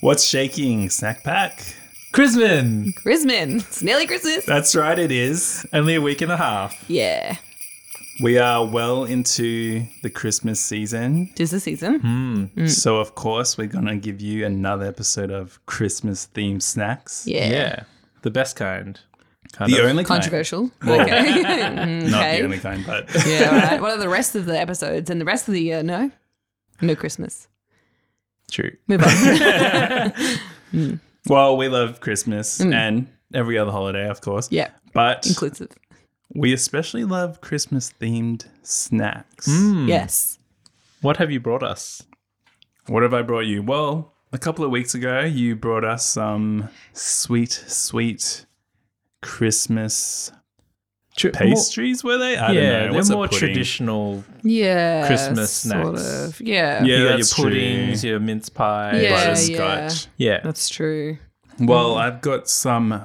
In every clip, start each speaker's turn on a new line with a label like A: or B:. A: What's shaking, Snack Pack? Chrisman!
B: Grisman. It's nearly Christmas.
A: That's right, it is.
C: Only a week and a half.
B: Yeah.
A: We are well into the Christmas season.
B: Tis the season.
C: Hmm.
B: Mm.
A: So, of course, we're going to give you another episode of Christmas themed snacks.
B: Yeah.
C: The best kind. Kind
A: The
C: of.
A: only kind.
B: Controversial.
A: Well,
B: Okay.
A: Not
B: Okay.
A: the only kind, but
B: yeah, all right. What are the rest of the episodes and the rest of the year? No? No Christmas.
C: True.
B: Move on.
A: well, we love Christmas and every other holiday, of course.
B: Mm. yeah.
A: But
B: Inclusive.
A: we especially love Christmas themed snacks.
B: Mm.
C: Hmm.
B: Yes.
C: What have you brought us?
A: What have I brought you? Well, a couple of weeks ago, you brought us some sweet, sweet Christmas
C: Tr-
A: pastries, were they? I
C: More, yeah,
A: don't know.
C: they're
A: What's a
C: more
A: pudding?
C: traditional.
B: Yeah.
C: Christmas
B: Sort
C: snacks.
B: of.
A: Yeah,
B: Yeah.
C: you got your
A: that's true.
C: puddings, your mince pie.
B: Yeah.
A: Butterscotch.
C: yeah.
B: That's true.
A: Well, I've got some.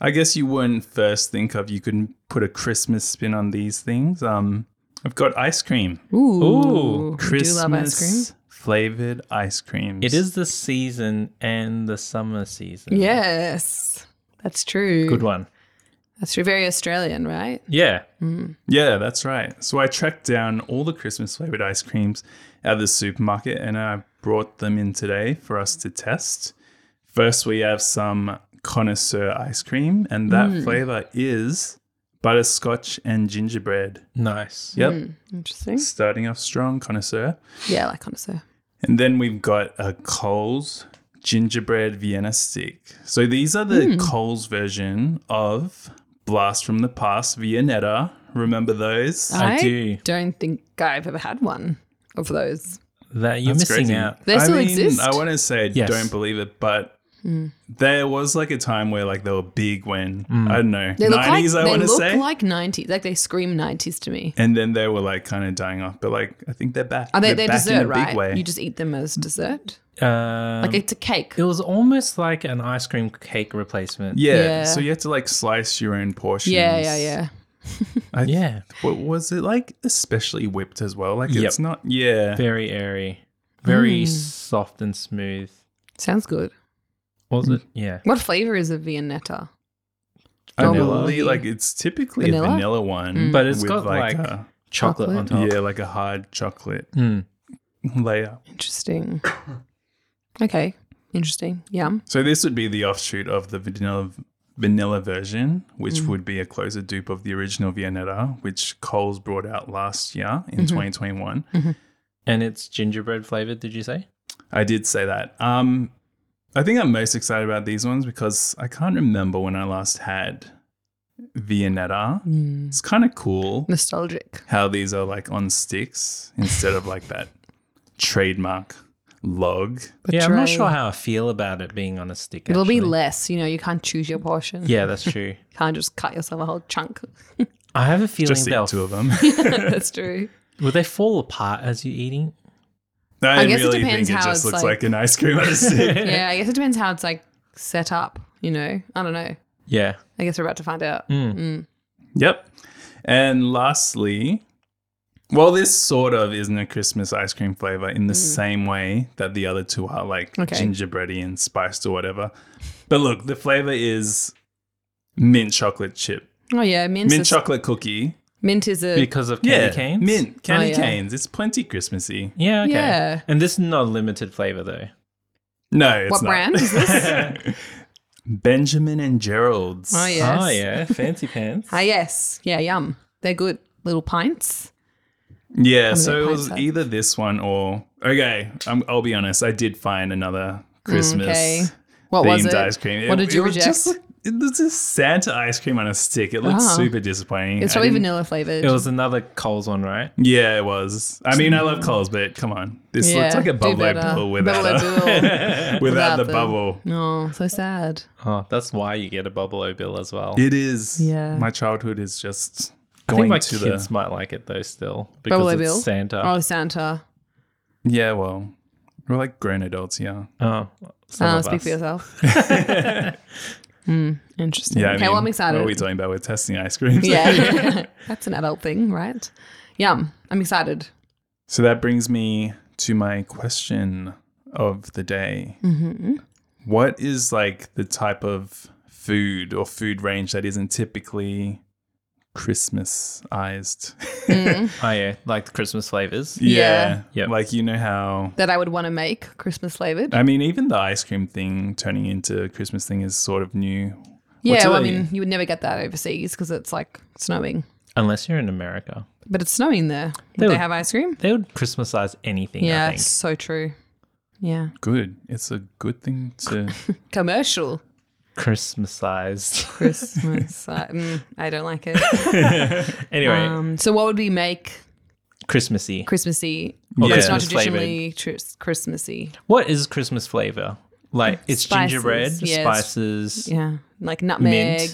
A: I guess you wouldn't first think of you could put a Christmas spin on these things. Um, I've got ice cream.
B: Ooh. we
A: Christmas
B: Do love ice cream.
A: flavored ice creams.
C: It is the season and the summer season.
B: Yes. That's true.
C: Good one.
B: That's true. Very Australian, right?
C: Yeah.
A: Yeah, that's right. So I tracked down all the Christmas flavored ice creams at the supermarket and I brought them in today for us to test. First, we have some connoisseur ice cream, and that flavor is butterscotch and gingerbread.
C: Nice.
A: Yep.
B: Mm. Interesting.
A: Starting off strong, connoisseur.
B: Yeah, like connoisseur.
A: And then we've got a Coles gingerbread Vienna stick. So these are the Coles version of Blast from the Past Viennetta. Remember those?
C: I do.
B: not think I've ever had one of those.
C: That you're
A: That's
C: missing
A: crazy.
C: out.
B: They
A: I
B: still
A: mean,
B: exist? Hmm.
A: I want to say I
C: Yes.
A: don't believe it, but there was like a time where like they were big when
C: Hmm.
A: I don't know
B: They look
A: nineties.
B: like
A: I
B: they
A: want to
B: look
A: say,
B: like nineties. Like they scream nineties to me.
A: and then they were like kind of dying off. But like I think they're back.
B: Are Oh, they
A: they're
B: they're
A: back in
B: dessert,
A: a
B: right?
A: Big way.
B: You just eat them as dessert.
C: Um,
B: Like it's a cake.
C: it was almost like an ice cream cake replacement.
A: yeah,
B: Yeah.
A: So you had to like slice your own portions.
B: Yeah, yeah, yeah.
A: I,
C: Yeah.
A: What was it like? Especially whipped as well. Like
C: Yep.
A: it's not. Yeah.
C: Very airy. Very soft and smooth.
B: Sounds good.
C: Was it? Yeah.
B: What flavor is a Viennetta?
A: Vanilla.
B: Vanilla.
A: Like it's typically
B: Vanilla? Hmm.
A: a vanilla one,
C: But it's
A: with,
C: got like,
A: a,
C: chocolate, on top.
A: yeah, like a hard chocolate
C: Mm.
A: layer.
B: Interesting. Okay. Interesting. Yum.
A: So this would be the offshoot of the vanilla vanilla version, which
B: Mm.
A: would be a closer dupe of the original Viennetta, which Coles brought out last year in
B: Mm-hmm.
A: 2021.
C: And it's gingerbread flavored, did you say?
A: I did say that. Um, I think I'm most excited about these ones because I can't remember when I last had Viennetta.
B: Mm.
A: It's kind of cool
B: Nostalgic.
A: how these are like on sticks instead of like that trademark log.
C: yeah, I'm not
B: Betray.
C: sure how I feel about it being on a stick.
B: It'll be
C: actually.
B: less, you know, you can't choose your portion.
C: Yeah, that's true.
B: You can't just cut yourself a whole chunk.
C: I have a feeling
A: Just eat
C: they'll
A: two of them.
B: That's true.
C: will they fall apart as you're eating.
A: I,
B: guess it
A: really
B: depends
A: think it
B: how
A: just
B: it's,
A: looks
B: like-
A: like an ice cream on a stick.
B: Yeah, I guess it depends how it's like set up, you know. I don't know.
C: Yeah.
B: I guess we're about to find out.
A: Mm. Yep. And lastly, well, this sort of isn't a Christmas ice cream flavor in the same way that the other two are like
B: Mm. Okay.
A: gingerbready and spiced or whatever. But look, the flavor is mint chocolate chip,
B: Oh yeah, mint
A: mint
B: is,
A: chocolate cookie.
B: mint is a
C: Because of candy
A: Yeah,
C: canes.
A: mint candy
B: Oh, yeah.
A: canes. It's plenty Christmassy.
C: Yeah, okay.
B: Yeah.
C: And this is not a limited flavor though.
A: No, it's
B: what
A: not.
B: brand is this?
A: Benjamin and Gerald's.
B: Oh yes.
C: Oh yeah. Fancy pants.
B: Ah yes. Yeah, yum. They're good. Little pints.
A: Yeah,
B: of the
A: so it was
B: pint-sized.
A: either this one or okay. I'm, I'll be honest. I did find another Christmas
B: Mm, okay. What Oh, was
A: themed
B: it?
A: ice cream.
B: What did you
A: was
B: reject?
A: just like- it was just Santa ice cream on a stick. It looked
B: Oh.
A: super disappointing.
B: It's
A: I
B: probably
A: didn't-
B: vanilla flavored.
C: It was another Coles one, right?
A: Yeah, it was. I mean, I love Coles, but come on, this
B: yeah,
A: looks like a
B: do
A: bubble
B: better.
A: bubble without
B: Bubble
A: a,
B: Bill.
A: without,
B: without
A: the
B: the-
A: bubble.
B: Oh, so sad.
C: Oh, that's why you get a bubble o bill as well.
A: It is.
B: Yeah.
A: my childhood is just
C: I
A: going
C: think my
A: to
C: kids
A: the
C: might like it though still. Because
B: Bubble O
C: it's
B: Bill.
C: Santa.
B: Oh, Santa.
A: yeah. Well, we're like grown adults, yeah.
C: Oh, some
B: Oh,
C: of
B: speak for
C: us.
B: yourself. Hmm, interesting.
A: Yeah, I
B: okay,
A: mean,
B: well I'm excited.
A: What are we talking about? We're testing ice creams.
B: yeah. That's an adult thing, right? Yum. I'm excited.
A: So that brings me to my question of the day.
B: Mm-hmm.
A: What is like the type of food or food range that isn't typically Christmasized?
C: Oh yeah, like the Christmas flavors.
B: Yeah.
C: Yep.
A: Like you know how
B: That I would want to make Christmas flavored.
A: I mean even the ice cream thing turning into a Christmas thing is sort of new.
B: yeah,
A: What's
B: well, I
A: a-
B: mean, you would never get that overseas because it's like snowing.
C: Unless you're in America,
B: But it's snowing there.
C: They
B: Would they
C: would-
B: have ice cream?
C: they would Christmasize anything.
B: Yeah,
C: I think.
B: it's so true. Yeah.
A: Good. It's a good thing to
B: Commercial
C: Christmasized.
B: Christmas. I, mm, I don't like it.
C: anyway,
B: Um, so, what would we make
C: Christmassy.
B: Christmassy?
C: Or
A: Yeah.
B: It's not
A: Christmas
B: traditionally tr- Christmassy.
C: What is Christmas flavor? Like it's
B: Spices,
C: gingerbread,
B: yes.
C: spices,
B: Yeah. Like nutmeg.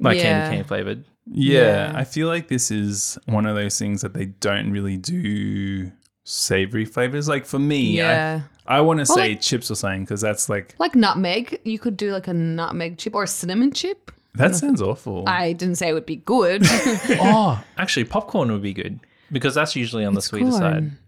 C: like
B: yeah.
C: candy cane flavored.
A: Yeah,
B: Yeah.
A: I feel like this is one of those things that they don't really do savory flavors. Like for me,
B: Yeah.
A: I, I want to say
B: like-
A: chips or something because that's like
B: Like nutmeg. You could do like a nutmeg chip or a cinnamon chip.
A: that sounds awful.
B: Mm. I didn't say it would be good.
C: oh, actually, popcorn would be good because that's usually on the sweeter side.
B: Corn.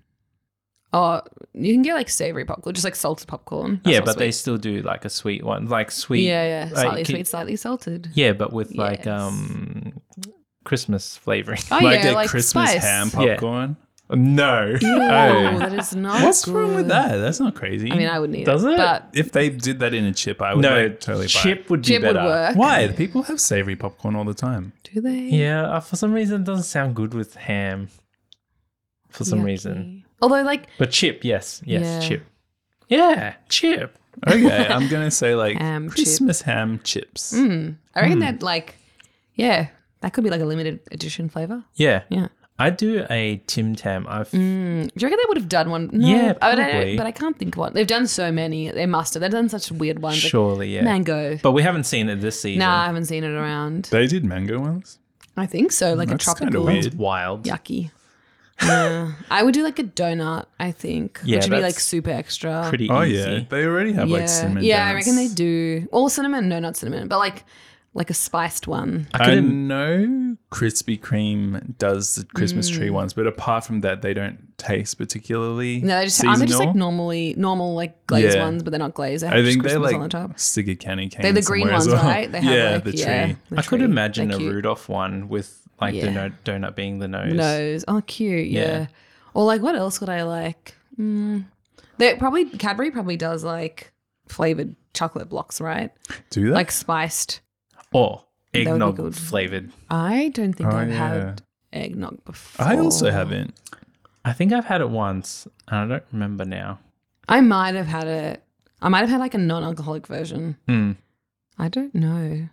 B: Oh, you can get like savory popcorn, just like salted popcorn. That's
C: yeah,
B: not
C: but they
B: sweet.
C: still do like a sweet one, like sweet.
B: yeah, yeah,
C: like,
B: slightly
C: can-
B: sweet, slightly salted.
C: Yeah, but with like
B: Yes.
C: um Christmas flavoring.
B: Oh
A: like
B: yeah,
A: a
B: like
A: Christmas
B: spice.
A: ham
C: Yeah.
A: popcorn.
C: no.
B: Ew,
A: Oh.
B: that is not.
A: What's
B: good.
A: wrong with that? That's not crazy.
B: I mean, I wouldn't eat
C: Does it?
B: it, but
A: if they did that in a chip, I would
C: No,
A: like, totally buy
C: chip would be
B: Chip would
C: better.
A: it.
B: work.
A: Why? People have savory popcorn all the time.
B: do they?
C: Yeah, uh, for some reason, it doesn't sound good with ham. For some reason,
B: Yucky. Although, like
C: but chip, yes, yes,
B: Yeah.
C: chip. Yeah, chip.
A: Okay, I'm gonna say like
B: Ham chip. Mm.
A: Christmas ham chips.
B: I
C: Hmm.
B: reckon that, like, yeah, that could be like a limited edition flavor.
C: Yeah,
B: Yeah.
C: I do a Tim Tam. I've
B: Mm, do you reckon they would have done one? No,
C: Yeah,
B: I would- I-
C: probably.
B: but I can't think of one. They've done so many. They must have. They've done such weird ones. like
C: surely yeah,
B: mango.
C: but we haven't seen it this season.
B: Nah, I haven't seen it around.
A: They did mango ones.
B: I think so. Like a
A: That's kinda
B: tropical.
A: weird.
C: it's wild.
B: Yucky. Yeah. I would do like a donut, I think.
C: Yeah,
B: which would be
C: that's
B: like super extra.
C: Pretty
A: Oh
C: easy.
A: yeah, they already have
B: yeah.
A: like cinnamon.
B: yeah, I
A: donuts.
B: reckon they do. Or cinnamon, no, not cinnamon, but like like a spiced one.
C: I
A: I,
C: couldn't.
A: know Krispy Kreme does the Christmas
B: Mm.
A: tree ones, but apart from that, they don't taste particularly.
B: No, they just
A: seasonal.
B: aren't they just like normally normal like glazed
A: Yeah.
B: ones, but they're not glazed. They have
A: I think
B: just
A: they
B: Christmas on the
A: like
B: top.
A: stick a candy cane.
B: They're the green
A: somewhere as
B: ones,
A: well.
B: right? They have
A: yeah,
B: like
A: the tree.
B: yeah, the
C: I could
B: tree.
C: imagine
B: They're
C: a
B: cute.
C: Rudolph one with like
B: Yeah.
C: the no- donut being the nose.
B: nose. Oh, cute. Yeah.
C: Yeah.
B: Or like, what else would I like? Mm. They probably Cadbury probably does like flavored chocolate blocks, right?
A: Do that?
B: Like spiced.
C: or
B: would be
C: eggnog
B: good.
C: flavored.
B: I don't think
A: Oh,
B: I've
A: yeah.
B: had eggnog before.
A: I also haven't.
C: I think I've had it once, and I don't remember now.
B: I might have had it. I might have had like a non-alcoholic version.
C: Mm.
B: I don't know.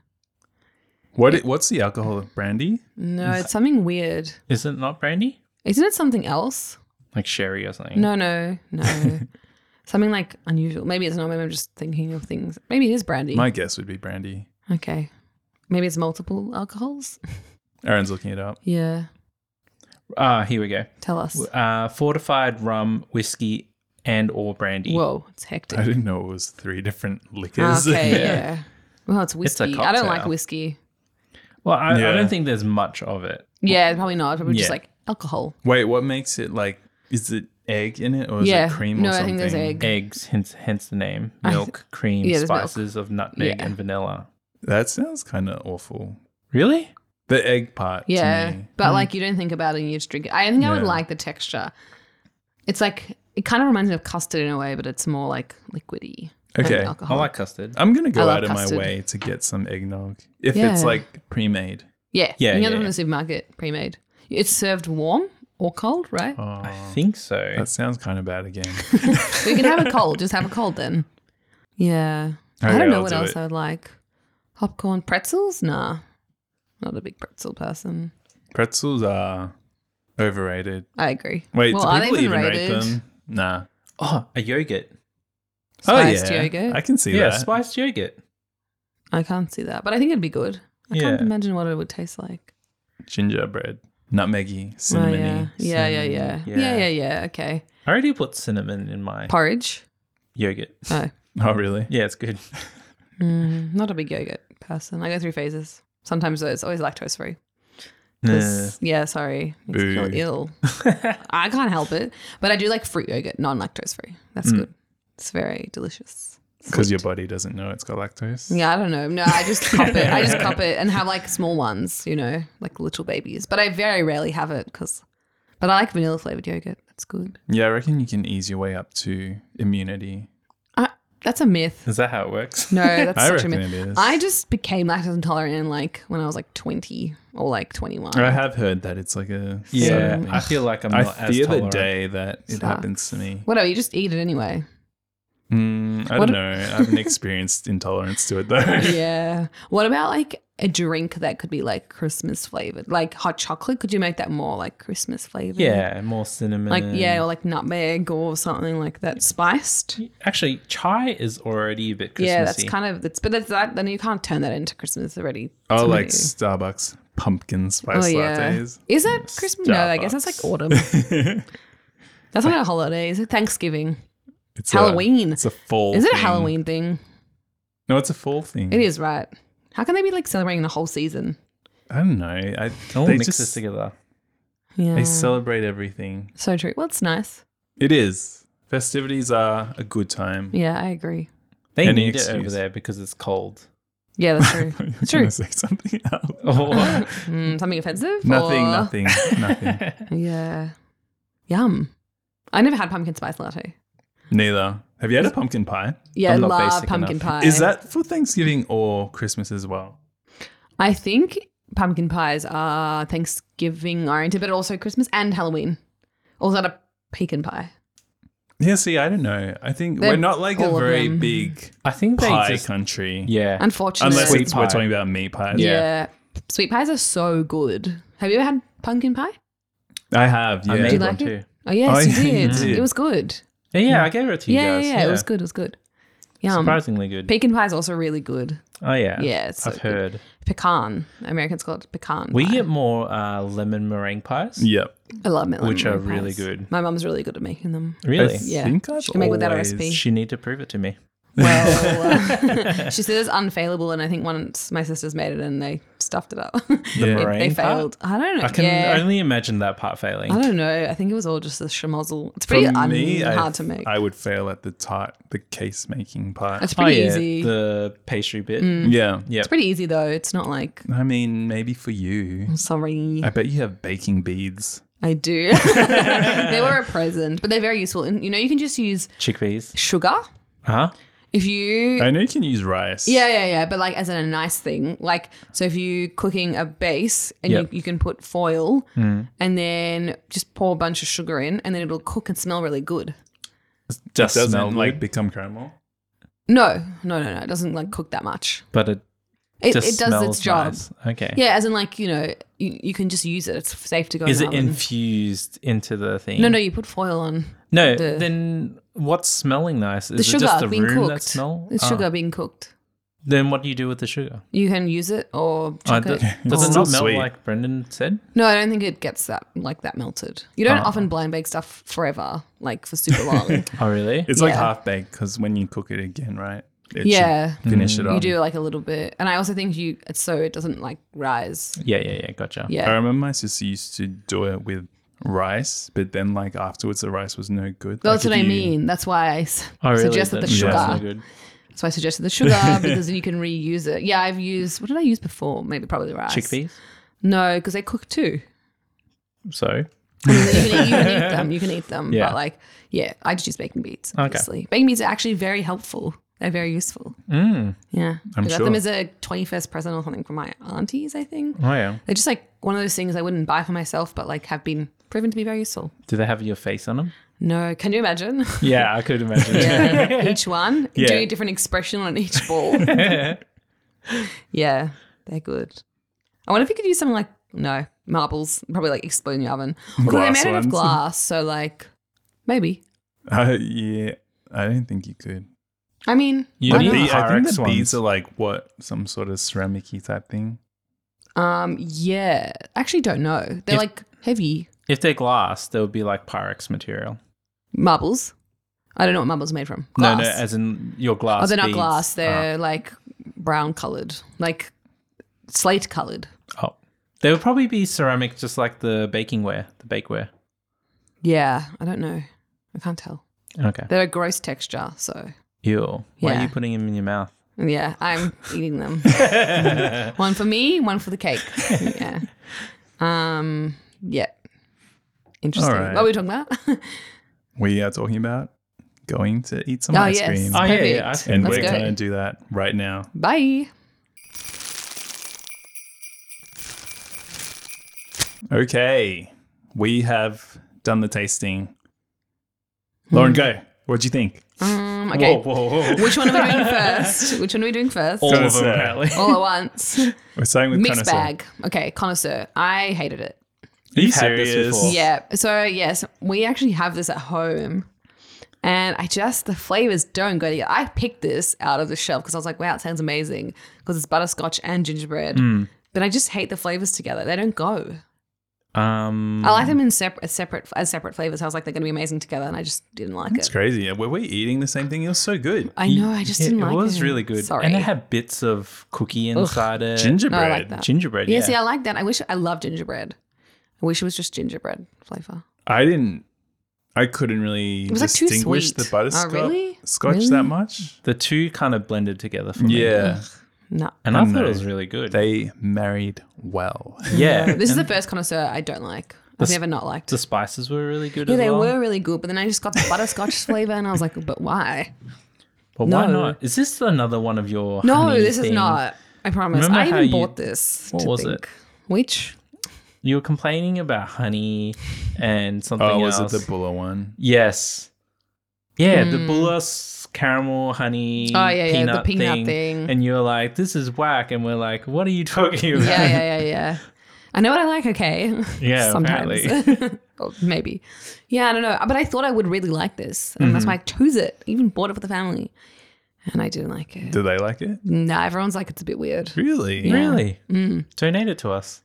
A: What? What's the alcohol? Brandy?
B: No, it's something weird.
C: Is it not brandy?
B: Isn't it something else?
C: Like sherry or something?
B: No, no, no. something like unusual. Maybe it's not. Maybe I'm just thinking of things. Maybe it is brandy.
A: My guess would be brandy.
B: okay. Maybe it's multiple alcohols.
A: Aaron's looking it up.
B: Yeah.
C: Ah, here we go.
B: Tell us.
C: Uh, fortified rum, whiskey, and or brandy.
B: Whoa, it's
A: I
B: hectic. Ah,
A: didn't know it was three different liquors.
B: Okay, yeah. Well, it's
C: It's a
B: whiskey. I don't like
C: cocktail.
B: whiskey.
C: Well, I, I
A: Yeah.
C: don't think there's much of it.
B: Yeah, probably not. Probably
C: Yeah.
B: just like alcohol.
A: Wait, what makes it like? Is it egg in it or is
B: Yeah.
A: it cream
B: No,
A: or
B: I
A: something?
B: think there's egg.
C: Eggs, hence hence the name.
B: I th-
C: Milk, cream,
B: Yeah, there's milk.
C: spices of nutmeg
B: Yeah.
C: and vanilla.
A: That sounds kind of awful.
C: Really?
A: The egg part. to
B: Yeah,
A: me. Hmm.
B: but like you don't think about it and you just drink it. I think I would
A: Yeah.
B: like the texture. It's like it kind of reminds me of custard in a way, but it's more like liquidy. than
A: Okay, I
B: alcohol.
C: I like custard.
A: I'm gonna
B: I
A: go
B: love
A: out of
B: custard.
A: my way to get some eggnog if
B: Yeah.
A: it's like pre-made.
B: yeah,
C: Yeah, yeah,
B: You get it from
C: yeah.
B: the supermarket, pre-made. It's served warm or cold, right?
A: Oh,
C: I think so.
A: that sounds kind of bad again.
B: So you can have it cold. Just have it cold then. Yeah,
A: Oh,
B: I
A: yeah,
B: don't know
A: I'll
B: what
A: do
B: else
A: it.
B: I would like. Popcorn, pretzels? Nah, not a big pretzel person.
A: Pretzels are overrated.
B: I agree.
A: Wait,
B: well,
A: do
B: are
A: people
B: they even,
A: even
B: rated?
A: rate them? Nah.
C: oh, a yogurt.
B: Spiced
A: oh yeah,
B: yogurt.
A: I
B: I,
A: can see
C: Yeah,
A: that.
C: spiced yogurt.
B: can't see that, but I think it'd be good. I can't
C: Yeah.
B: imagine what it would taste like.
A: Gingerbread, nutmeggy,
B: Oh,
A: cinnamony.
B: yeah. Yeah, yeah, yeah,
C: cinnamon,
B: yeah,
C: yeah.
B: yeah, yeah, Okay,
C: I already put cinnamon in my
B: porridge.
C: yogurt.
B: Oh,
A: Oh really?
C: Yeah, it's good.
B: mm, not a big yogurt person. I go through phases. Sometimes though, it's always lactose free.
C: Nah.
B: 'Cause- Yeah, sorry, makes me feel
A: Boo.
B: ill. I can't help it, but I do like fruit yogurt, non lactose free. That's good. It's very delicious.
A: because your body doesn't know it's got lactose.
B: Yeah, I don't know. No, I just cup it. I just cup it and have like small ones, you know, like little babies. But I very rarely have it because, but I like vanilla flavored yogurt. That's good.
A: Yeah, I reckon you can ease your way up to immunity.
B: I, that's a myth.
C: Is that how it works?
B: No, that's
A: I
B: such a
A: reckon
B: myth.
A: it is.
B: I just became lactose intolerant in like when I was like 20 or like 21.
A: I have heard that it's like a
C: Yeah,
A: sudden thing.
C: I feel like I'm
A: I
C: not as
A: fear the
C: tolerant.
A: day that it
B: Fuck.
A: happens to me.
B: Whatever, you just eat it anyway.
A: Mm, I
B: What
A: don't
B: a-
A: know. I haven't experienced intolerance to it though.
B: yeah. What about like a drink that could be like Christmas flavored? Like hot chocolate? Could you make that more like Christmas flavored?
C: Yeah, more cinnamon.
B: Like,
A: Mm.
B: yeah, or like nutmeg or something like that spiced.
C: Actually, chai is already a bit Christmassy.
B: Yeah, that's kind of that's but that's that then you can't turn that into Christmas already.
A: Oh,
B: It's
A: like
B: already-
A: Starbucks pumpkin
B: oh
A: spice
B: yeah.
A: lattes. Mm,
B: Is that Christmas? No, I guess that's like
A: Starbucks.
B: autumn. that's not a holiday. It's like Thanksgiving.
A: It's
B: Halloween.
A: A, it's a fall.
B: Is it a
A: thing.
B: Halloween thing?
A: No, it's a fall thing.
B: It is right. How can they be like celebrating the whole season?
A: I don't know. I
C: It all
A: they
C: mixes
A: just-
C: together.
B: Yeah.
A: They celebrate everything.
B: so true. Well, it's nice.
A: It is. Festivities are a good time.
B: Yeah, I agree.
C: They
A: Any
C: need it over
A: excuse.
C: there because it's cold.
B: Yeah, that's true.
A: I was
B: True.
A: gonna say something else.
C: Oh,
B: Mm, something offensive?
A: Nothing,
B: or-
A: nothing, nothing.
B: Yeah. Yum. I never had pumpkin spice latte.
A: Neither. Have you had a pumpkin pie?
B: Yeah, I
C: I'm not
B: love
C: basic
B: pumpkin
C: enough.
B: pie.
A: Is that for Thanksgiving or Christmas as well?
B: I think pumpkin pies are Thanksgiving oriented, but also Christmas and Halloween. Or is that a pecan pie?
A: Yeah, see, I don't know. I think
B: They're
A: we're not like a
B: all of
A: very
B: them.
A: big
C: I think they
A: pie
C: just
A: country.
C: yeah.
B: Unfortunately.
A: Unless
C: Sweet
A: it's, we're
C: pie.
A: talking about meat pies.
B: yeah.
C: Yeah.
B: Sweet pies are so good. Have you ever had pumpkin pie?
A: I have. Yeah.
C: I made
B: Do you
C: one
B: like it?
C: too.
B: Oh yes,
A: Oh,
B: you,
A: yeah, you
B: did.
A: did.
B: It was good.
C: Yeah, yeah, I gave it to you
B: Yeah, yeah,
C: guys.
B: yeah, It was good. It was good. Yum.
C: Surprisingly good.
B: Pecan pie is also really good.
C: oh yeah.
B: Yeah, it's so
C: I've
B: good.
C: heard.
B: Pecan. Americans call it pecan.
C: We
B: pie.
C: get more uh, lemon meringue pies.
A: Yep.
B: I love melon
C: which are
B: meringue
C: really
B: pies.
C: good.
B: My mum's really good at making them.
C: Really?
A: I
B: Yeah.
A: think I've
B: She can make with that
A: always-
B: recipe.
C: She need to prove it to me.
B: Well, uh, she said it's unfailable, and I think once my sisters made it and they stuffed it up.
A: Yeah.
B: they, they
C: meringue part?
B: failed. I don't know.
C: I can
B: yeah.
C: only imagine that part failing.
B: I don't know. I think it was all just a schmozzle. It's
A: For
B: pretty un-
A: me, I-
B: hard to make.
A: I would fail at the tart, the case making part.
B: it's pretty
C: oh, yeah,
B: easy. Mm.
C: The pastry bit.
A: Yeah.
C: Yeah.
B: it's pretty easy though. It's not like
A: I mean, maybe for you.
B: I'm sorry.
A: I bet you have baking beads.
B: I do. they were a present, but they're very useful. And you know, you can just use
C: Chickpeas.
B: sugar
C: Huh?
B: if you.
A: I know you can use rice.
B: yeah, yeah, yeah. But like as a nice thing, like so, if you're cooking a base and
C: Yep. Hmm.
B: you, you can put foil and then just pour a bunch of sugar in, and then it'll cook and smell really good.
A: Just
C: Doesn't
A: smell
C: like
A: like become caramel.
B: No, no, no, no. It doesn't like cook that much.
C: But it
B: It,
C: just
B: it does
C: smells
B: its job.
C: nice. Okay.
B: Yeah, as in like you know, you, you can just use it. It's safe to go.
C: Is
B: in
C: it
B: the oven.
C: infused into the thing?
B: No, no. You put foil on
C: No,
B: the-
C: then what's smelling nice? Is
B: the
C: it
B: sugar
C: just the
B: being
C: room
B: cooked.
C: that smell?
B: It's
C: Ah.
B: sugar being cooked.
C: Then what do you do with the sugar?
B: You can use it or
C: Uh,
B: chuck
C: th-
B: it.
C: does
A: It's
C: it
A: still
C: not melt
A: sweet.
C: like Brendan said?
B: No, I don't think it gets that like that melted. You don't
C: Oh.
B: often blind bake stuff forever, like for super long.
C: Oh, really?
A: It's like
B: Yeah.
A: half baked because when you cook it again, right? It should
B: yeah, Mm.
A: Finish it
B: you
A: up.
B: do like a little bit, and I also think you it's so it doesn't like rise.
C: Yeah, yeah, yeah. Gotcha.
A: I
B: Yeah,
A: remember my sister used to do it with rice, but then like afterwards the rice was no good. Like,
B: that's what I
A: if you-
B: mean. That's why I s-
C: Oh, really?
B: suggested the
C: That's
B: sugar.
C: not good.
B: That's why I suggested the sugar because you can reuse it. Yeah, I've used what did I use before? Maybe probably the rice.
C: Chickpeas.
B: No, because they cook too.
C: So
B: I mean, you, can, you can eat them. You can eat them.
C: Yeah.
B: But like, yeah, I just use baking beads. Obviously, baking beads are actually very helpful. They're very useful.
C: Mm.
B: Yeah.
A: I'm
B: I got them
A: sure.
B: as a 21st present or something from my aunties, I think.
C: Oh yeah.
B: They're just like one of those things I wouldn't buy for myself, but like have been proven to be very useful.
C: Do they have your face on them?
B: No, can you imagine?
C: Yeah, I could imagine.
B: Yeah. each one,
C: Yeah.
B: do a different expression on each ball. yeah, they're good. I wonder if you could use something like, no, marbles, probably like explode in the oven. Although they're
A: Glass
B: made out of
A: ones.
B: glass, so like, maybe.
A: Uh, yeah, I don't think you could.
B: I mean,
C: You
A: The
B: why
C: need-
B: not?
A: bee- I think
C: Pyrex
A: the beads
C: ones.
A: are like what some sort of ceramic type thing.
B: Um, yeah. Actually, don't know. They're
C: If-
B: like heavy
C: If they're glass, they would be like Pyrex material.
B: marbles. I don't know what marbles are made from.
C: No,
B: Glass.
C: no, as in your glass.
B: oh, they're not
C: beads Ah.
B: glass.
C: are-
B: They're like brown colored, like slate colored.
C: oh, they would probably be ceramic, just like the baking ware, the bakeware.
B: Yeah, I don't know. I can't tell.
C: Okay.
B: They're a gross texture, so
C: Ew. Why
B: Yeah.
C: are you putting them in your mouth?
B: yeah, I'm eating them. one for me, one for the cake. Yeah. Um. Yeah. Interesting.
A: All right.
B: What were we talking about?
A: We are talking about going to eat some
B: Oh,
A: ice
B: yes.
A: cream.
B: Oh, yeah, yeah, Perfect.
C: ice cream.
A: And
B: Let's
A: we're
B: go.
A: going to do that right now.
B: Bye.
A: Okay. We have done the tasting.
B: Hmm.
A: Lauren, go. What'd you think?
B: Um. Okay.
C: Whoa, whoa, whoa.
B: Which one are we doing first? Which one are we doing first?
C: All
B: All,
C: of them,
A: Connoisseur.
C: apparently.
B: at once.
A: We're starting with
B: Mixed
A: connoisseur.
B: bag. Okay, connoisseur. I hated it.
A: Are you
C: You've had this
A: serious?
C: before.
B: Yeah. So yes, we actually have this at home, and I just the flavors don't go together. I picked this out of the shelf because I was like, wow, it sounds amazing because it's butterscotch and gingerbread.
C: Hmm.
B: But I just hate the flavors together. They don't go.
C: Um,
B: I like them in separate, separate as separate flavors. I was like, they're going to be amazing together, and I just didn't like
A: It's
B: it.
A: crazy. Were we eating the same thing? It was so good.
B: I know. I just
C: it,
B: didn't
C: it
B: like it.
C: was really good.
B: Sorry.
C: And it had bits of cookie inside it.
A: Gingerbread.
B: I like that.
C: Gingerbread.
B: yeah,
C: Yeah.
B: See, I like that. I wish I love gingerbread. I wish it was just gingerbread flavor.
A: I didn't. I couldn't really
B: was, like, too
A: distinguish
B: sweet.
A: the butterscotch
B: Oh, really?
A: scotch
B: Really?
A: that much.
C: the two kind of blended together for me.
A: Yeah,
B: No.
C: And
A: I
C: I thought
A: know.
C: it was really good.
A: they married well.
C: yeah.
B: This is the first connoisseur I don't like. I've never not liked.
C: The spices were really good
B: Yeah,
C: as
B: they
C: well.
B: were really good, but then I just got the butterscotch flavor, and I was like, "But why?
C: But why
B: No.
C: not? Is this another one of your
B: No,
C: honey
B: this is
C: thing?
B: not. I promise.
C: Remember
B: I
C: how
B: even
C: you-
B: bought this.
C: What
B: to
C: was
B: think.
C: it?
B: Which?
C: You were complaining about honey and something
A: oh, was
C: else.
A: it the Buller one?
C: Yes. Yeah, the bulas caramel honey.
B: Hmm. Oh, yeah, yeah, the
C: peanut
B: peanut
C: thing.
B: thing.
C: And you're like, this is whack, and we're like, what are you talking about?
B: Yeah, yeah, yeah, yeah. I know what I like. Okay.
C: Yeah,
B: Sometimes. or maybe. Yeah, I don't know. But I thought I would really like this, and
C: Mm-hmm.
B: that's why I chose it. Even bought it for the family, and I didn't like it.
A: Do they like it?
B: Nah, everyone's like, it's a bit weird.
A: Really?
C: Really?
B: Hmm.
C: Donate it to us.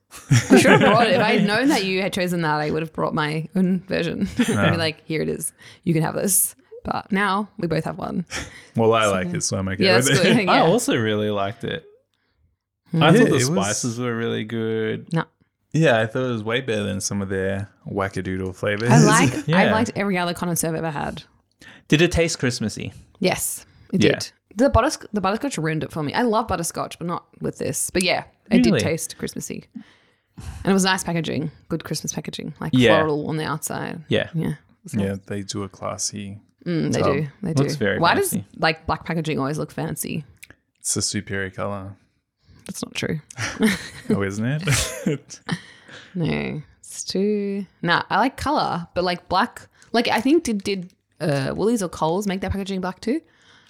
B: I should have brought it. If I had known that you had chosen that, I would have brought my own version. I'd be like, here it is. You can have this. But now we both have one.
A: Well, I like it, so I'm okay
B: Yeah,
A: with
B: that's
A: it.
B: good.
C: I
B: Yeah. Hmm.
C: also really liked it. I
A: Yeah,
C: thought the
A: it was-
C: spices were really good.
B: No.
A: Yeah, I thought it was way better than some of their wackadoodle flavors.
B: I like I
C: Yeah.
B: liked every other connoisseur I've ever had.
C: Did it taste Christmassy?
B: Yes, it
C: Yeah.
B: did. The butters the butterscotch ruined it for me. I love butterscotch, but not with this. But yeah, it did
C: Really?
B: taste Christmassy. And it was nice packaging. Good Christmas packaging. Like
C: Yeah.
B: floral on the outside.
C: Yeah.
B: Yeah.
A: Yeah, they do a classy.
B: Mm, they
C: So,
B: do. They do.
C: looks very
B: Why
C: fancy.
B: does like black packaging always look fancy?
A: It's a superior color,
B: That's not true.
A: oh, isn't it?
B: No, it's too. Nah, I like color, but like black. Like I think did did uh, Woolies or Coles make their packaging black too?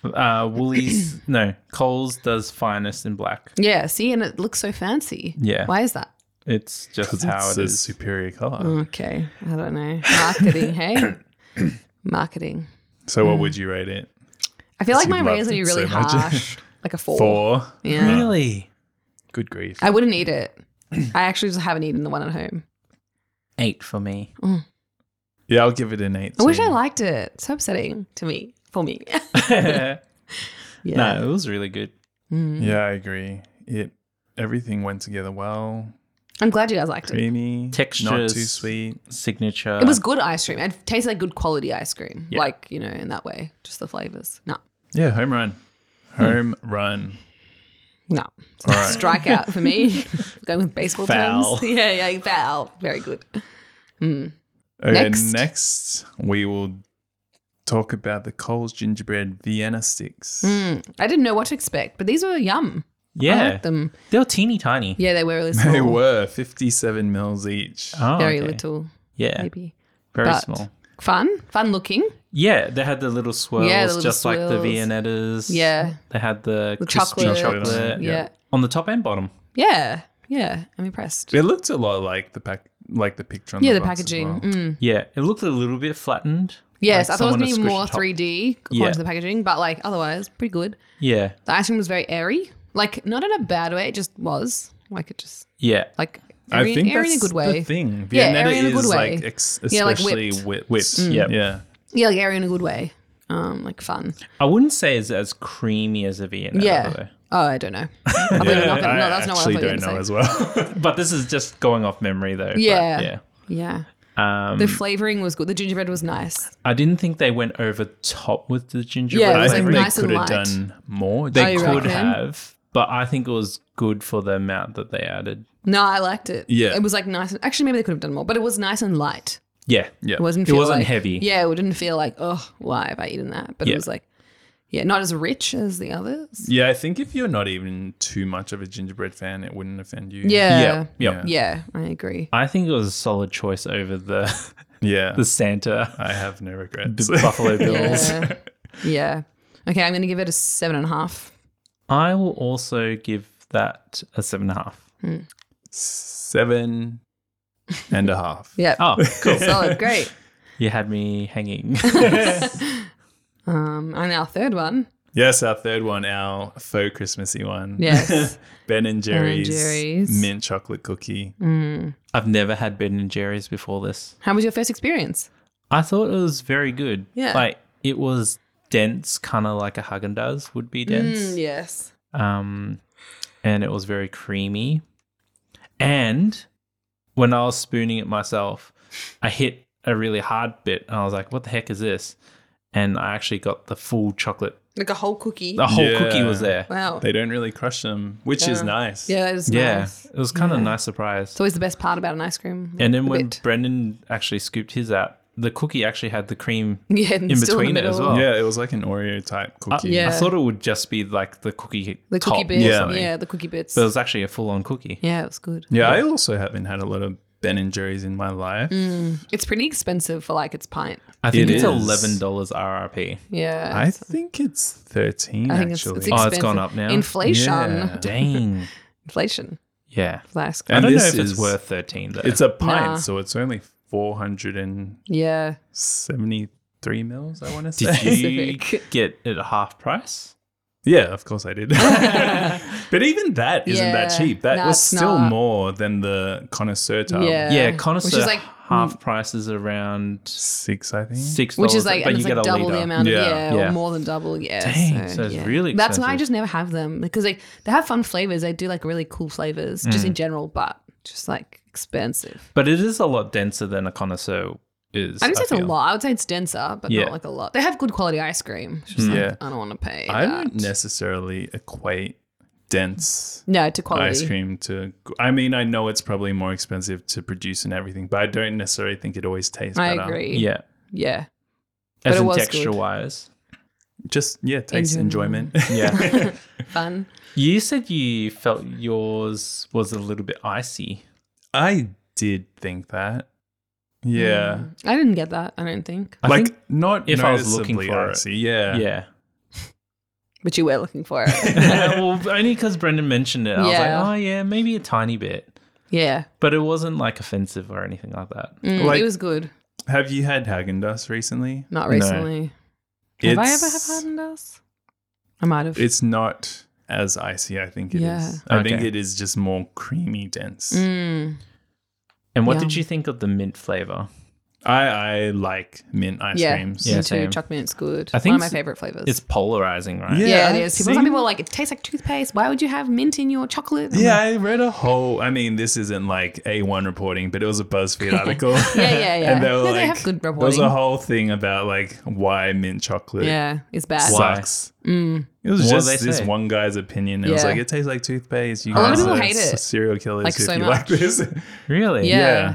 C: Uh, Woolies, no, Coles does finest in black.
B: Yeah. See, and it looks so fancy.
C: Yeah.
B: Why is that?
C: It's just how
A: it's
C: it
A: a
C: is.
A: superior color.
B: Mm. Okay, I don't know. Marketing, hey. Marketing.
A: So, what would you rate it?
B: Mm. I feel like
A: you
B: my
A: loved
B: ratings would be
A: it
B: really
A: so much.
B: harsh, like a four.
A: Four.
B: Yeah.
C: Mm-hmm. Really?
A: Good grief.
B: I wouldn't eat it. I actually just haven't eaten the one at home.
C: Eight for me.
A: Yeah, I'll give it an eight.
B: I wish
A: too.
B: I liked it. So upsetting to me. For me.
C: no,
B: yeah.
C: it was really good.
A: Yeah, I agree. It everything went together well.
B: I'm glad you guys liked it.
A: Creamy, not
C: Textures.
A: too sweet.
C: Signature.
B: It was good ice cream. It tasted like good quality ice cream.
C: Yeah.
B: Like, you know, in that way. Just the flavors. No.
A: Yeah, home run, home
B: Hmm.
A: run.
B: No.
A: All right.
B: Strikeout for me. Going with baseball
C: Foul.
B: terms. Yeah, yeah, foul. Very good.
A: Okay,
B: Next.
A: next. we will talk about the Coles gingerbread Vienna sticks.
B: Mm, I didn't know what to expect, but these were yum.
C: yeah.
B: I liked them.
C: They were teeny tiny.
B: Yeah, they were really small.
A: They were fifty-seven mils each.
C: Oh,
B: Very
C: okay.
B: little,
C: Yeah.
B: maybe.
C: Very
B: But
C: small.
B: Fun, fun looking.
C: Yeah, they had the little swirls,
B: Yeah, the little
C: just like the
B: swirls.
C: Viennettas.
B: Yeah.
C: They had the,
B: The
C: crispy
B: chocolate.
C: chocolate.
A: Chocolate,
B: Yeah. yeah.
C: On the top and bottom.
B: Yeah. Yeah. I'm impressed.
A: It looked a lot like the pack, like the picture on
B: Yeah,
A: the
B: the
A: box as
B: packaging.
A: well.
B: Mm.
C: Yeah. It looked a little bit flattened.
B: Yes,
C: like
B: I thought it
C: someone
B: was
C: had
B: going to be
C: squished
B: more
C: the top.
B: 3D according
C: Yeah.
B: to the packaging, but like otherwise, pretty good.
C: Yeah.
B: The ice cream was very airy. Like, not in a bad way, it just was. Like, it just,
C: Yeah.
B: like,
A: I
B: airy,
A: think
B: airy
A: that's
B: in a good way.
A: the thing.
B: Yeah,
A: Viennetta
B: airy in a good
A: is like
B: way.
A: ex-
B: Yeah, like
A: especially
B: whipped.
A: whipped. Mm.
C: Yep.
A: Yeah.
B: Yeah, like airy in a good way. Um, like fun.
C: I wouldn't say it's as creamy as a Viennetta,
B: Yeah.
C: though.
B: Oh, I don't know. I thought you were not gonna- no, that's not what I
A: actually
B: thought you were
A: don't know
B: going to
A: as
B: say.
A: well.
C: But this is just going off memory, though. but
B: Yeah.
C: yeah.
B: Yeah.
C: Um,
B: The flavoring was good. The gingerbread was nice.
C: I didn't think they went over top with the gingerbread.
B: Yeah, it
A: I
B: was
A: think
B: like
A: they
B: nice and
A: could have
B: light.
A: done more.
C: They
B: Oh, you
C: could
B: reckon?
C: have, but I think it was good for the amount that they added.
B: No, I liked it.
A: Yeah.
B: It was like nice. And, actually, maybe they could have done more, but it was nice and light.
C: Yeah,
A: yeah.
B: It wasn't.
C: It
B: Feel
C: wasn't
B: like-
C: heavy.
B: Yeah, it didn't feel like oh, why have I eaten that? But
C: Yeah.
B: it was like, yeah, not as rich as the others.
A: Yeah, I think if you're not even too much of a gingerbread fan, it wouldn't offend you.
B: Yeah.
C: Yep.
A: Yeah.
B: Yeah, I agree.
C: I think it was a solid choice over the
A: Yeah.
C: the Santa
A: I have no
C: b-
A: regrets.
C: Buffalo Bills.
B: Yeah. yeah. Okay, I'm gonna give it a seven and a half.
C: I will also give that a seven and a half.
A: Seven and a half.
B: Yeah.
C: Oh, cool!
B: Solid, great.
C: you had me hanging.
B: Um, and our third one.
A: Yes, our third one, our faux Christmassy one.
B: Yes.
A: ben and Jerry's,
B: Jerry's. Mm.
A: mint chocolate cookie.
C: I've never had Ben and Jerry's before this.
B: How was your first experience?
C: I thought it was very good.
B: Yeah.
C: Like it was dense, kind of like a Haagen Dazs would be dense.
B: Mm. yes.
C: Um, and it was very creamy. And when I was spooning it myself, I hit a really hard bit, and I was like, "What the heck is this?" And I actually got the full chocolate.
B: Like a whole cookie.
C: The whole
A: Yeah.
C: cookie was there.
B: Wow.
A: They don't really crush them, which is
B: Yeah.
A: nice.
B: yeah, that is
C: Yeah,
B: nice.
C: it was kind of
B: Yeah.
C: nice surprise.
B: It's always the best part about an ice cream.
C: and then
B: the
C: when
B: bit.
C: Brendan actually scooped his out, the cookie actually had the cream
B: yeah, and
C: in
B: still
C: between it as
B: middle.
C: well.
A: Yeah, it was like an Oreo type cookie.
B: Uh, yeah.
C: I thought it would just be like the cookie
B: The
C: top
B: cookie bits.
A: or
B: Yeah.
A: something.
B: the cookie bits.
C: but it was actually a full on cookie.
B: yeah, Mm, it was good.
A: Yeah, I also haven't had a lot of Ben and Jerry's in my life.
B: It's pretty expensive for like its pint.
C: I think
A: It
C: it's
A: is.
C: eleven dollars RRP.
B: Yeah.
A: I think it's 13,
B: I think it's,
A: actually.
B: it's
C: Oh,
B: expensive.
C: it's gone up now?
B: Inflation.
A: Yeah.
C: Dang.
B: Inflation.
C: Yeah.
B: for ice
A: And
B: cream.
C: I don't know
A: this
C: if
A: is-
C: it's worth thirteen though.
A: Oh, It's a pint,
B: Nah.
A: so it's only 473
B: Yeah.
A: mils, I want to
C: Did
A: say.
C: you
B: Specific.
C: get it at half price?
A: yeah, of course I did. but even that isn't that
B: Yeah.
A: cheap. That
B: No,
A: was
B: it's
A: still
B: not.
A: more than the connoisseur tub.
B: Yeah.
C: yeah, connoisseur
B: Which is like
C: half price is around
A: Six, I think.
C: six dollars.
B: which is like,
C: but
B: and
C: you
B: it's
C: get
B: like
C: a
B: double
C: liter.
B: the amount of
A: Yeah.
B: yeah,
C: Yeah.
B: or more than double yeah
C: Dang, so it's
B: yeah.
C: really
B: that's why i
C: expensive.
B: just never have them because like they have fun flavors they do like really cool flavors just
C: Mm.
B: in general but just like expensive
C: But it is a lot denser than a connoisseur is.
B: i don't say it's a
C: feel.
B: lot i would say it's denser but
C: Yeah.
B: not like a lot they have good quality ice cream It's just like,
A: Yeah.
B: i don't want to pay
A: I
B: that.
A: don't necessarily equate dense
B: no to quality
A: ice cream to. I mean, I know it's probably more expensive to produce and everything, but I don't necessarily think it always tastes
B: i
A: better.
B: agree
C: Yeah.
B: yeah But
C: As
B: it
C: in
B: was good.
C: texture wise.
A: Just yeah, taste
B: general.
A: enjoyment.
C: Yeah.
B: fun
C: you said you felt yours was a little bit icy.
A: I did think that. Yeah.
B: Mm. i didn't get that i don't think
C: Hmm. I
A: like
C: think
A: not
C: if I was looking
A: noticeably
C: for it.
A: icy, Yeah.
C: yeah.
B: but you were looking for it
C: well, only because Brendan mentioned it. I was
B: Yeah.
C: like, oh yeah, maybe a tiny bit.
B: yeah
C: But it wasn't like offensive or anything like that.
B: Mm,
A: Like-
B: it was good
A: Have you had Haagen Dazs recently?
B: not recently have i ever had
A: It's-
B: haagen dazs i might have
A: It's not as icy. I think it is.
B: Yeah.
A: I think
C: Okay.
A: it is just more creamy, dense.
B: Mm.
C: And what did
B: Yum.
C: you think of the mint flavor?
A: I I like mint ice creams.
C: Yeah,
B: Yeah,
C: same.
B: too. Chocolate mint's good.
C: I think
B: One of my
C: it's-
B: favorite flavors.
C: It's polarizing, right?
A: Yeah.
B: yeah,
A: I've
B: it is. People, some
A: seen-
B: people are like, it tastes like toothpaste. Why would you have mint in your chocolate? I'm
A: Yeah,
B: like,
A: I read a whole. I mean, this isn't like A1 reporting, but it was a BuzzFeed article.
B: yeah, yeah, yeah.
A: And they were
B: No,
A: like,
B: they have good
A: there was a
B: reporting.
A: whole thing about like why mint chocolate
B: yeah, it's bad.
C: Why?
A: sucks. It was
C: What do they
A: just this
C: say?
A: one guy's opinion. It was
B: Yeah.
A: like, it tastes like toothpaste. You
B: A lot of
A: guys
B: people
A: are
B: hate
A: s-
B: it.
A: serial killers
B: Like,
A: if
B: so
A: you
B: much.
A: like this.
C: Really?
B: Yeah.
A: yeah.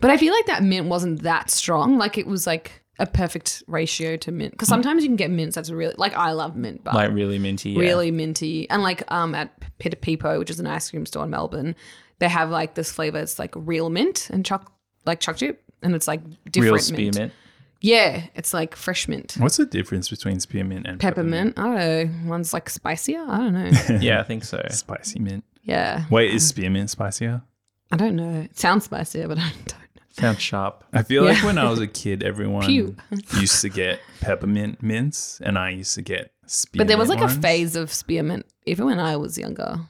B: But I feel like that mint wasn't that strong. Like it was like a perfect ratio to mint.
A: Hmm.
B: Because sometimes you can get mints that's really like I love mint, but
C: Like really minty. Yeah.
B: really minty. And like um at Peter Pipo, which is an ice cream store in Melbourne, they have like this flavor. It's like real mint and choc like choc chip, and it's like different
C: Real
B: mint.
C: spearmint.
B: Yeah, it's like fresh mint.
A: What's the difference between spearmint and
B: peppermint. I don't know. One's like spicier. I don't know.
C: yeah, I think so.
A: Spicy mint.
B: yeah.
A: Wait, is spearmint spicier?
B: I don't know. It sounds spicier, but I don't know.
C: Sounds sharp.
A: I feel like
B: Yeah.
A: when I was a kid, everyone
B: Pew.
A: used to get peppermint mints, and I used to get spearmint.
B: But there was like
A: ones.
B: a phase of spearmint, even when I was younger.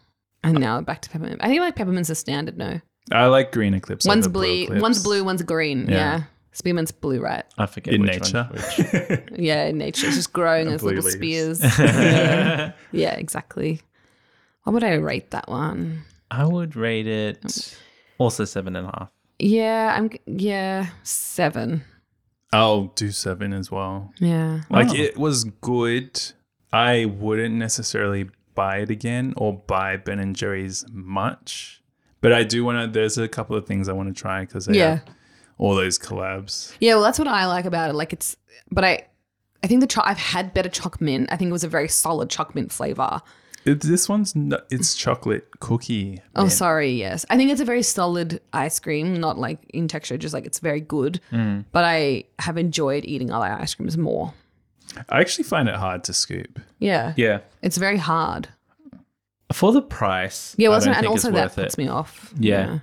B: And now back to peppermint. I think like peppermint's a standard, no.
A: I like green eclipse.
B: One's
A: over
B: blue,
A: eclipse.
B: one's blue, one's green.
A: Yeah.
B: Yeah. Spearmint's blue, right?
C: I forget
A: in
C: which
A: nature.
C: One.
B: Yeah, in nature. It's just growing
A: And
B: as
A: blue
B: little
A: leaves.
B: spears. yeah. Yeah, exactly. What would I rate that one? Mm.
C: I would rate it also seven and a half.
B: Yeah, I'm. Yeah, seven.
A: I'll Oh, do seven as well.
B: Yeah.
A: Like
C: Wow.
A: it was good. I wouldn't necessarily buy it again or buy Ben and Jerry's much, but I do want to. There's a couple of things I want to try because they
B: Yeah.
A: have all those collabs.
B: Yeah, well, that's what I like about it. Like it's, but I, I think the cho- I've had better choc mint. I think it was a very solid choc mint flavor.
A: It, this one's no, it's chocolate cookie.
B: Oh,
A: mint.
B: sorry, yes. I think it's a very solid ice cream, not like in texture, just like it's very good.
C: Mm.
B: But I have enjoyed eating other ice creams more.
A: I actually find it hard to scoop.
B: Yeah,
C: Yeah.
B: it's very hard.
C: For the price,
B: Yeah,
C: I
B: well,
C: don't
B: and
C: think
B: also
C: it's
B: that
C: worth
B: puts
C: it.
B: me off.
C: Yeah.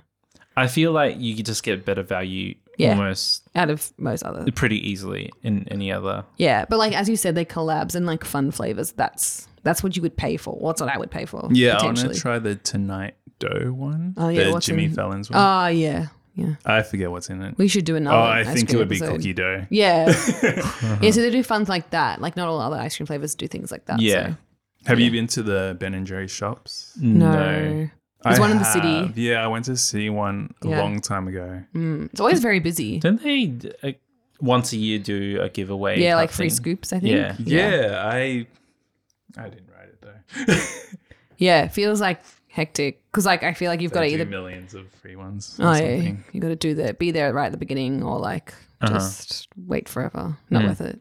C: I feel like you could just get better value
B: Yeah.
C: almost
B: out of most other.
C: pretty easily in any other.
B: Yeah, but like as you said, they collabs and like fun flavors. That's that's what you would pay for. What's what I would pay for?
A: Yeah, I want to
B: potentially.
A: try the Tonight Dough one.
B: Oh, yeah,
A: the
B: what's
A: Jimmy
B: in-
A: Fallon's one.
B: Ah, yeah, yeah.
A: I forget what's in it.
B: We should do
A: Oh,
B: another.
A: I
B: ice
A: think it
B: cream
A: would be
B: episode.
A: cookie dough.
B: Yeah. Yeah, so they do fun like that. Like not all other ice cream flavors do things like that.
C: Yeah.
B: so.
A: Have you been to the Ben and Jerry shops?
B: No.
A: There's
B: Mm. one in the city.
A: Yeah, I went to see one a
B: Yeah.
A: long time ago.
B: Mm. It's always very busy.
C: Don't they uh, once a year do a giveaway?
B: Yeah,
C: type
B: like free
C: thing?
B: scoops, I think.
C: Yeah.
A: Yeah, I I didn't write it though.
B: Yeah, it feels like hectic because like I feel like you've got to
A: They do
B: either
A: millions of free ones. Or
B: oh, yeah,
A: something.
B: you got to do that, be there right at the beginning, or like
C: Uh-huh.
B: just wait forever. Not worth it.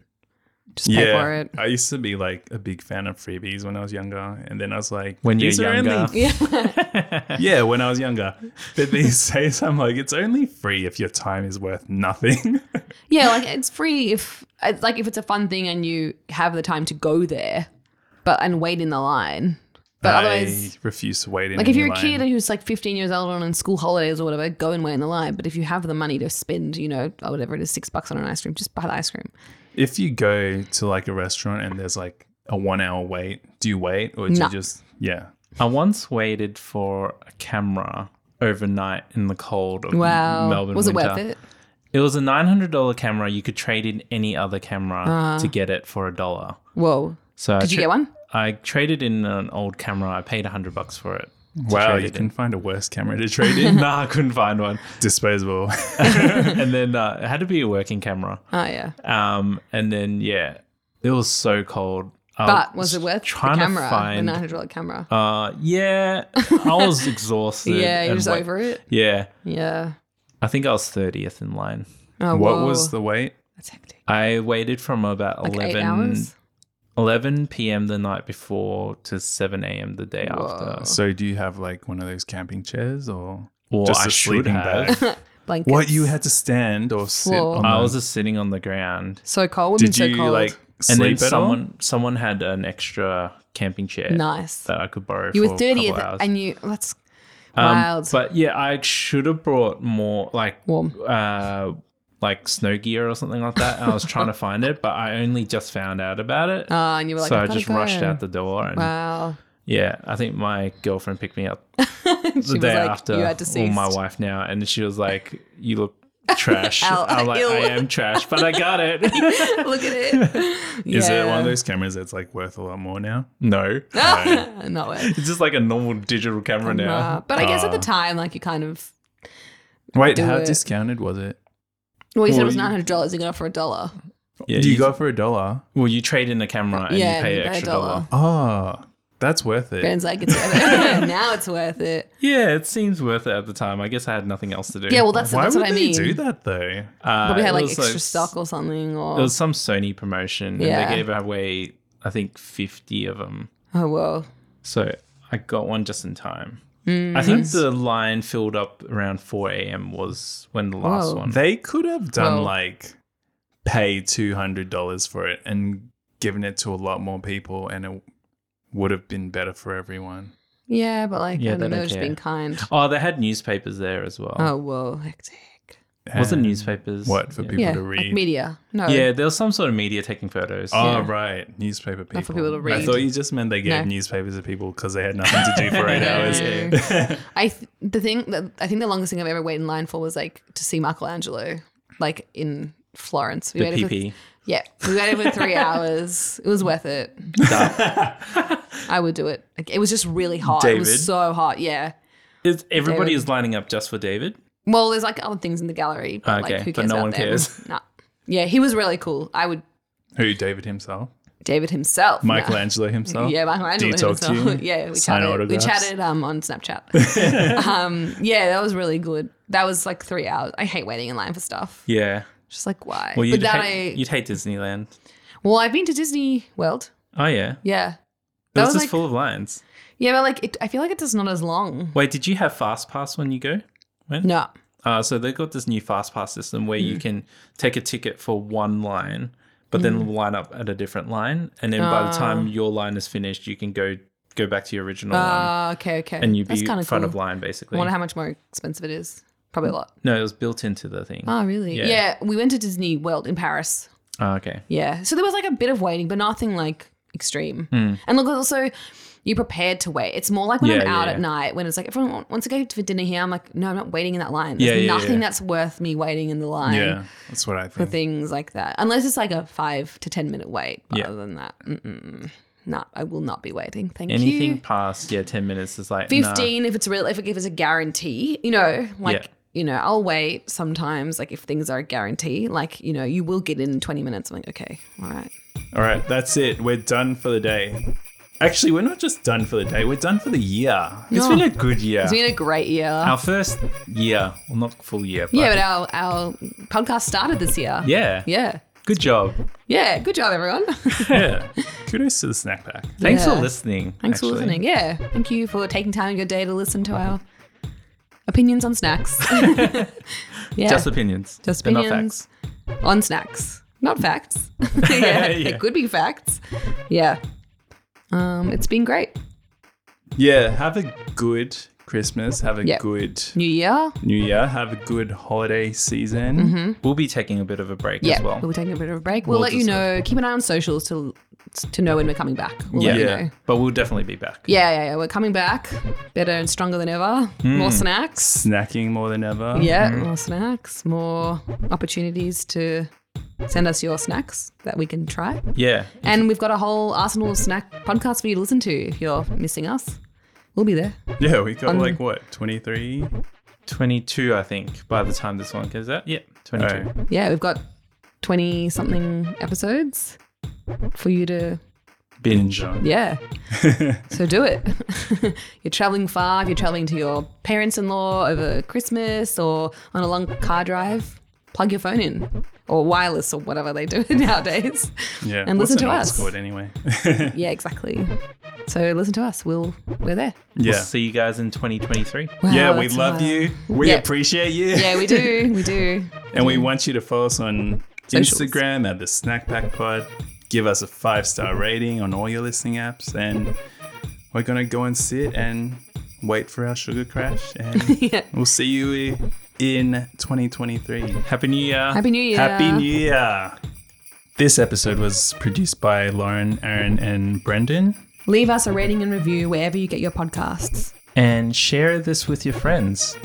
B: Just
A: Yeah,
B: pay for it.
A: I used to be like a big fan of freebies when I was younger, and then I was like,
C: When you're
A: "These are only
C: younger."
B: Yeah,
A: Yeah, when I was younger. But these days, I'm like, it's only free if your time is worth nothing.
B: yeah. Like it's free if it's like if it's a fun thing and you have the time to go there, but and wait in the line. But otherwise,
A: I refuse to wait in.
B: Like if
A: any
B: you're a
A: line.
B: kid who's like 15 years old and on school holidays or whatever, go and wait in the line. But if you have the money to spend, you know, or whatever it is, six bucks on an ice cream, just buy the ice cream.
A: if you go to like a restaurant and there's like a one hour wait, do you wait or do
B: No.
A: you just yeah?
C: I once waited for a camera overnight in the cold of
B: Wow,
C: Melbourne.
B: was it
C: winter.
B: worth it?
C: It was a nine hundred dollar camera. You could trade in any other camera to get it for a dollar.
B: Whoa!
C: So I
B: Ah. Did you get one?
C: I traded in an old camera. I paid hundred bucks for it. to
A: Wow,
C: trade
A: you
C: it
A: can
C: in.
A: find a worse camera to trade in.
C: Nah, I couldn't find one.
A: Disposable.
C: and then uh, it had to be a working camera.
B: Oh yeah.
C: Um, and then yeah, it was so cold. I
B: But was it worth the
C: trying to
B: camera?
C: find-
B: The 900 dollar camera.
C: Uh, yeah, I was exhausted.
B: yeah, you're
C: and
B: just
C: wa-
B: over it.
C: Yeah,
B: Yeah.
C: I think I was thirtieth in line.
B: Oh,
A: what
B: whoa.
A: was the wait?
B: That's hectic.
C: I waited from about
B: Like eight
C: 11,
B: hours.
C: 11 p.m. the night before to seven a.m. the day
B: Whoa.
C: after.
A: So do you have like one of those camping chairs or
C: Well,
A: just
C: I
A: a
C: should
A: sleeping
C: have.
A: bag?
B: Blankets.
A: what you had to stand or sit
B: Floor.
A: on?
C: I
A: the-
C: was just sitting on the ground,
B: So cold.
A: Did
B: and
A: you
B: so cold.
A: like
C: and then
A: sleep at
C: someone
A: all?
C: someone had an extra camping chair
B: Nice.
C: that I could borrow.
B: You
C: for
B: were
C: a
B: 30th
C: couple hours.
B: and you. That's
C: Um,
B: wild.
C: But yeah, I should have brought more like
B: Warm.
C: uh, like snow gear or something like that. And I was trying to find it, but I only just found out about it.
B: Uh, and you were like,
C: so
B: I've
C: I
B: gotta
C: just
B: go.
C: rushed out the door, and
B: Wow.
C: yeah, I think my girlfriend picked me up
B: she
C: the
B: was
C: day
B: like,
C: after.
B: you
C: or
B: had to
C: my wife now, and she was like, "You look trash."
B: Ow,
C: I'm like,
B: ew.
C: "I am trash, but I got it."
B: Look at it.
A: Is it one of those cameras that's like worth a lot more now?
C: no,
B: those? Not it.
C: it's just like a normal digital camera
B: Uh,
C: now. Ah.
B: but I guess at the time, like you kind of
A: Wait,
B: Do
A: how
B: it.
A: discounted was it?
B: well, you said it
C: Well,
B: was
C: you-
B: nine hundred dollars. You got it for a dollar.
C: Yeah,
A: Do you
C: you-
A: go for a dollar?
C: Well, you trade in a camera and
B: Yeah,
C: you pay
B: you
C: an
B: pay a
C: extra
B: dollar.
C: dollar.
A: Oh, that's worth it.
B: Brand's like, it's worth it. now it's worth it.
C: Yeah, it seems worth it at the time. I guess I had nothing else to do.
B: Yeah, well, that's,
A: Why
B: that's
A: would
B: what I
A: they
B: mean.
A: do that though?
C: uh,
B: Probably had
C: it
B: like
C: was,
B: extra stock or something, or
C: It was some Sony promotion, and
B: Yeah.
C: they gave away I think fifty of them.
B: oh well,
C: So I got one just in time.
B: Mm.
C: I think the line filled up around four a.m. was when the last
B: Whoa.
C: one.
A: They could have done
B: Well-
A: like pay two hundred dollars for it and given it to a lot more people, and it would have been better for everyone.
B: yeah, but like
C: Yeah,
B: I
C: they
B: don't know,
C: don't
B: just
C: care.
B: being kind.
C: oh, they had newspapers there as well.
B: Oh well, hectic.
C: was it
A: And
C: newspapers?
A: What for
C: yeah.
A: people
B: Yeah,
A: to
B: like
A: read?
B: media. No,
C: Yeah, there was some sort of media taking photos.
A: Oh
B: Yeah.
A: right, newspaper people.
B: Not for people to
A: I
B: read.
A: thought you just meant they gave
B: No.
A: newspapers to people because they had nothing to do for eight
B: No.
A: hours.
B: I th- the thing that I think the longest thing I've ever waited in line for was like to see Michelangelo, like in Florence. We
C: the
B: waited for-
C: PP.
B: yeah, we waited for three hours. It was worth it. I would do it. Like, it was just really hot. It
A: David?
B: was so hot. Yeah.
C: Is everybody
B: David.
C: is lining up just for David?
B: Well, there's like other things in the gallery, but like
C: Okay,
B: who
C: but
B: cares
C: no
B: about
C: one
B: them?
C: cares.
B: Nah. Yeah, he was really cool. I would
A: Who David himself,
B: David himself. nah.
A: Michelangelo
C: Oh,
A: himself.
B: Yeah, Michelangelo.
A: Did he talk to
B: himself.
A: you?
B: yeah, we
A: Sign
B: chatted.
A: autographs?
B: We chatted um, on Snapchat. um, yeah, that was really good. That was like three hours. I hate waiting in line for stuff.
C: Yeah.
B: Just like why?
C: Well,
B: but
C: you'd,
B: that
C: hate,
B: I
C: you'd hate Disneyland.
B: well, I've been to Disney World.
C: Oh, yeah.
B: Yeah,
C: That was
B: was
C: just
B: like-
C: full of lines.
B: yeah, but like it, I feel like it's just not as long.
C: Wait, did you have Fast Pass when you go? When?
B: No,
C: Uh, so they've got this new Fast Pass system where
B: Hmm.
C: you can take a ticket for one line, but then
B: Hmm.
C: line up at a different line, and then
B: Ah.
C: by the time your line is finished, you can go go back to your original line,
B: uh, okay, okay,
C: Um, and you'd
B: That's
C: be
B: kinda
C: in front
B: cool.
C: of line
B: I
C: basically.
B: wonder how much more expensive it is. Probably a lot.
C: no, it was built into the thing.
B: Oh, really?
C: Yeah.
B: Yeah. we went to Disney World in Paris.
C: Oh, okay.
B: Yeah, so there was like a bit of waiting, but nothing like extreme. And look, also you prepared to wait. It's more like when
C: Hmm. Yeah,
B: I'm
C: yeah,
B: out
C: yeah.
B: at night when it's like everyone wa- wants to go for dinner here. I'm like, no, I'm not waiting in that line. There's
C: Yeah, yeah,
B: nothing
C: yeah.
B: that's worth me waiting in the line
A: Yeah, that's what I
B: for
A: think.
B: things like that, unless it's like a five to ten minute wait. But
C: Yeah.
B: Other than that, mm-mm, no, I will not be waiting. Thank
C: Anything
B: you.
C: past yeah ten minutes is like nah.
B: 15 if it's real if it gives a guarantee you know like
C: Yeah.
B: you know i'll wait sometimes like if things are a guarantee like you know you will get in 20 minutes i'm like okay all right
A: All right, that's it. We're done for the day. Actually, we're not just done for the day. We're done for the year. It's
B: No.
A: been a good year.
B: it's been a great year
C: Our first year, well, not full year, but
B: yeah but our our podcast started this year
C: yeah,
B: yeah
C: good job.
B: yeah good job everyone
A: yeah. Kudos to the snack pack.
C: Thanks
B: Yeah.
C: for listening.
B: thanks for
C: actually.
B: listening yeah thank you for taking time in your day to listen to our opinions on snacks yeah
C: Just opinions,
B: Just
C: but not
B: opinions.
C: facts.
B: on snacks not facts yeah,
C: Yeah.
B: it could be facts yeah um it's been great
A: Yeah, have a good Christmas. Have a
B: Yep.
A: good
B: New Year.
A: New Year. Have a good holiday season.
B: Mm-hmm.
C: We'll be taking a bit of a break
B: Yeah,
C: as well.
B: we'll be taking a bit of a break. We'll,
C: We'll
B: let you
C: just- uh,
B: know. Keep an eye on socials to to know when we're coming back. We'll
C: Yeah.
B: let you
A: Yeah.
B: know.
C: But we'll definitely be back.
B: Yeah, yeah, yeah. We're coming back better and stronger than ever.
C: Hmm.
B: More snacks.
A: Snacking more than ever.
B: Yeah, more snacks. More opportunities to send us your snacks that we can try.
C: Yeah.
B: And we've got a whole arsenal of snack podcasts for you to listen to if you're missing us. We'll be there.
A: Yeah, we got like what, 23?
C: 22, I think, by the time this one goes out. Yeah, 22.
A: Oh,
B: Yeah, we've got 20 something episodes for you to
C: Binge.
B: Yeah. so do it. you're traveling far, if you're traveling to your parents in law over Christmas or on a long car drive, plug your phone in or wireless or whatever they do nowadays.
A: Yeah.
B: And
A: What's
B: listen
A: an
B: to
A: old
B: us.
A: squad anyway.
B: Yeah, exactly. So listen to us. We'll we're there.
A: yeah.
C: We'll see you guys in 2023.
B: Wow,
A: yeah, we
B: that's
A: love
B: wild.
A: you. We
B: Yeah.
A: appreciate you.
B: Yeah, we do. We do.
A: And we want you to follow us on
B: Socials.
A: Instagram at the Snack Pack Pod. Give us a five star rating on all your listening apps, and we're gonna go and sit and wait for our sugar crash. And
B: Yeah.
A: we'll see you i- in 2023.
C: Happy New Year.
B: Happy New Year.
A: Happy New Year! This episode was produced by Lauren, Aaron, and Brendan.
B: Leave us a rating and review wherever you get your podcasts.
C: and share this with your friends.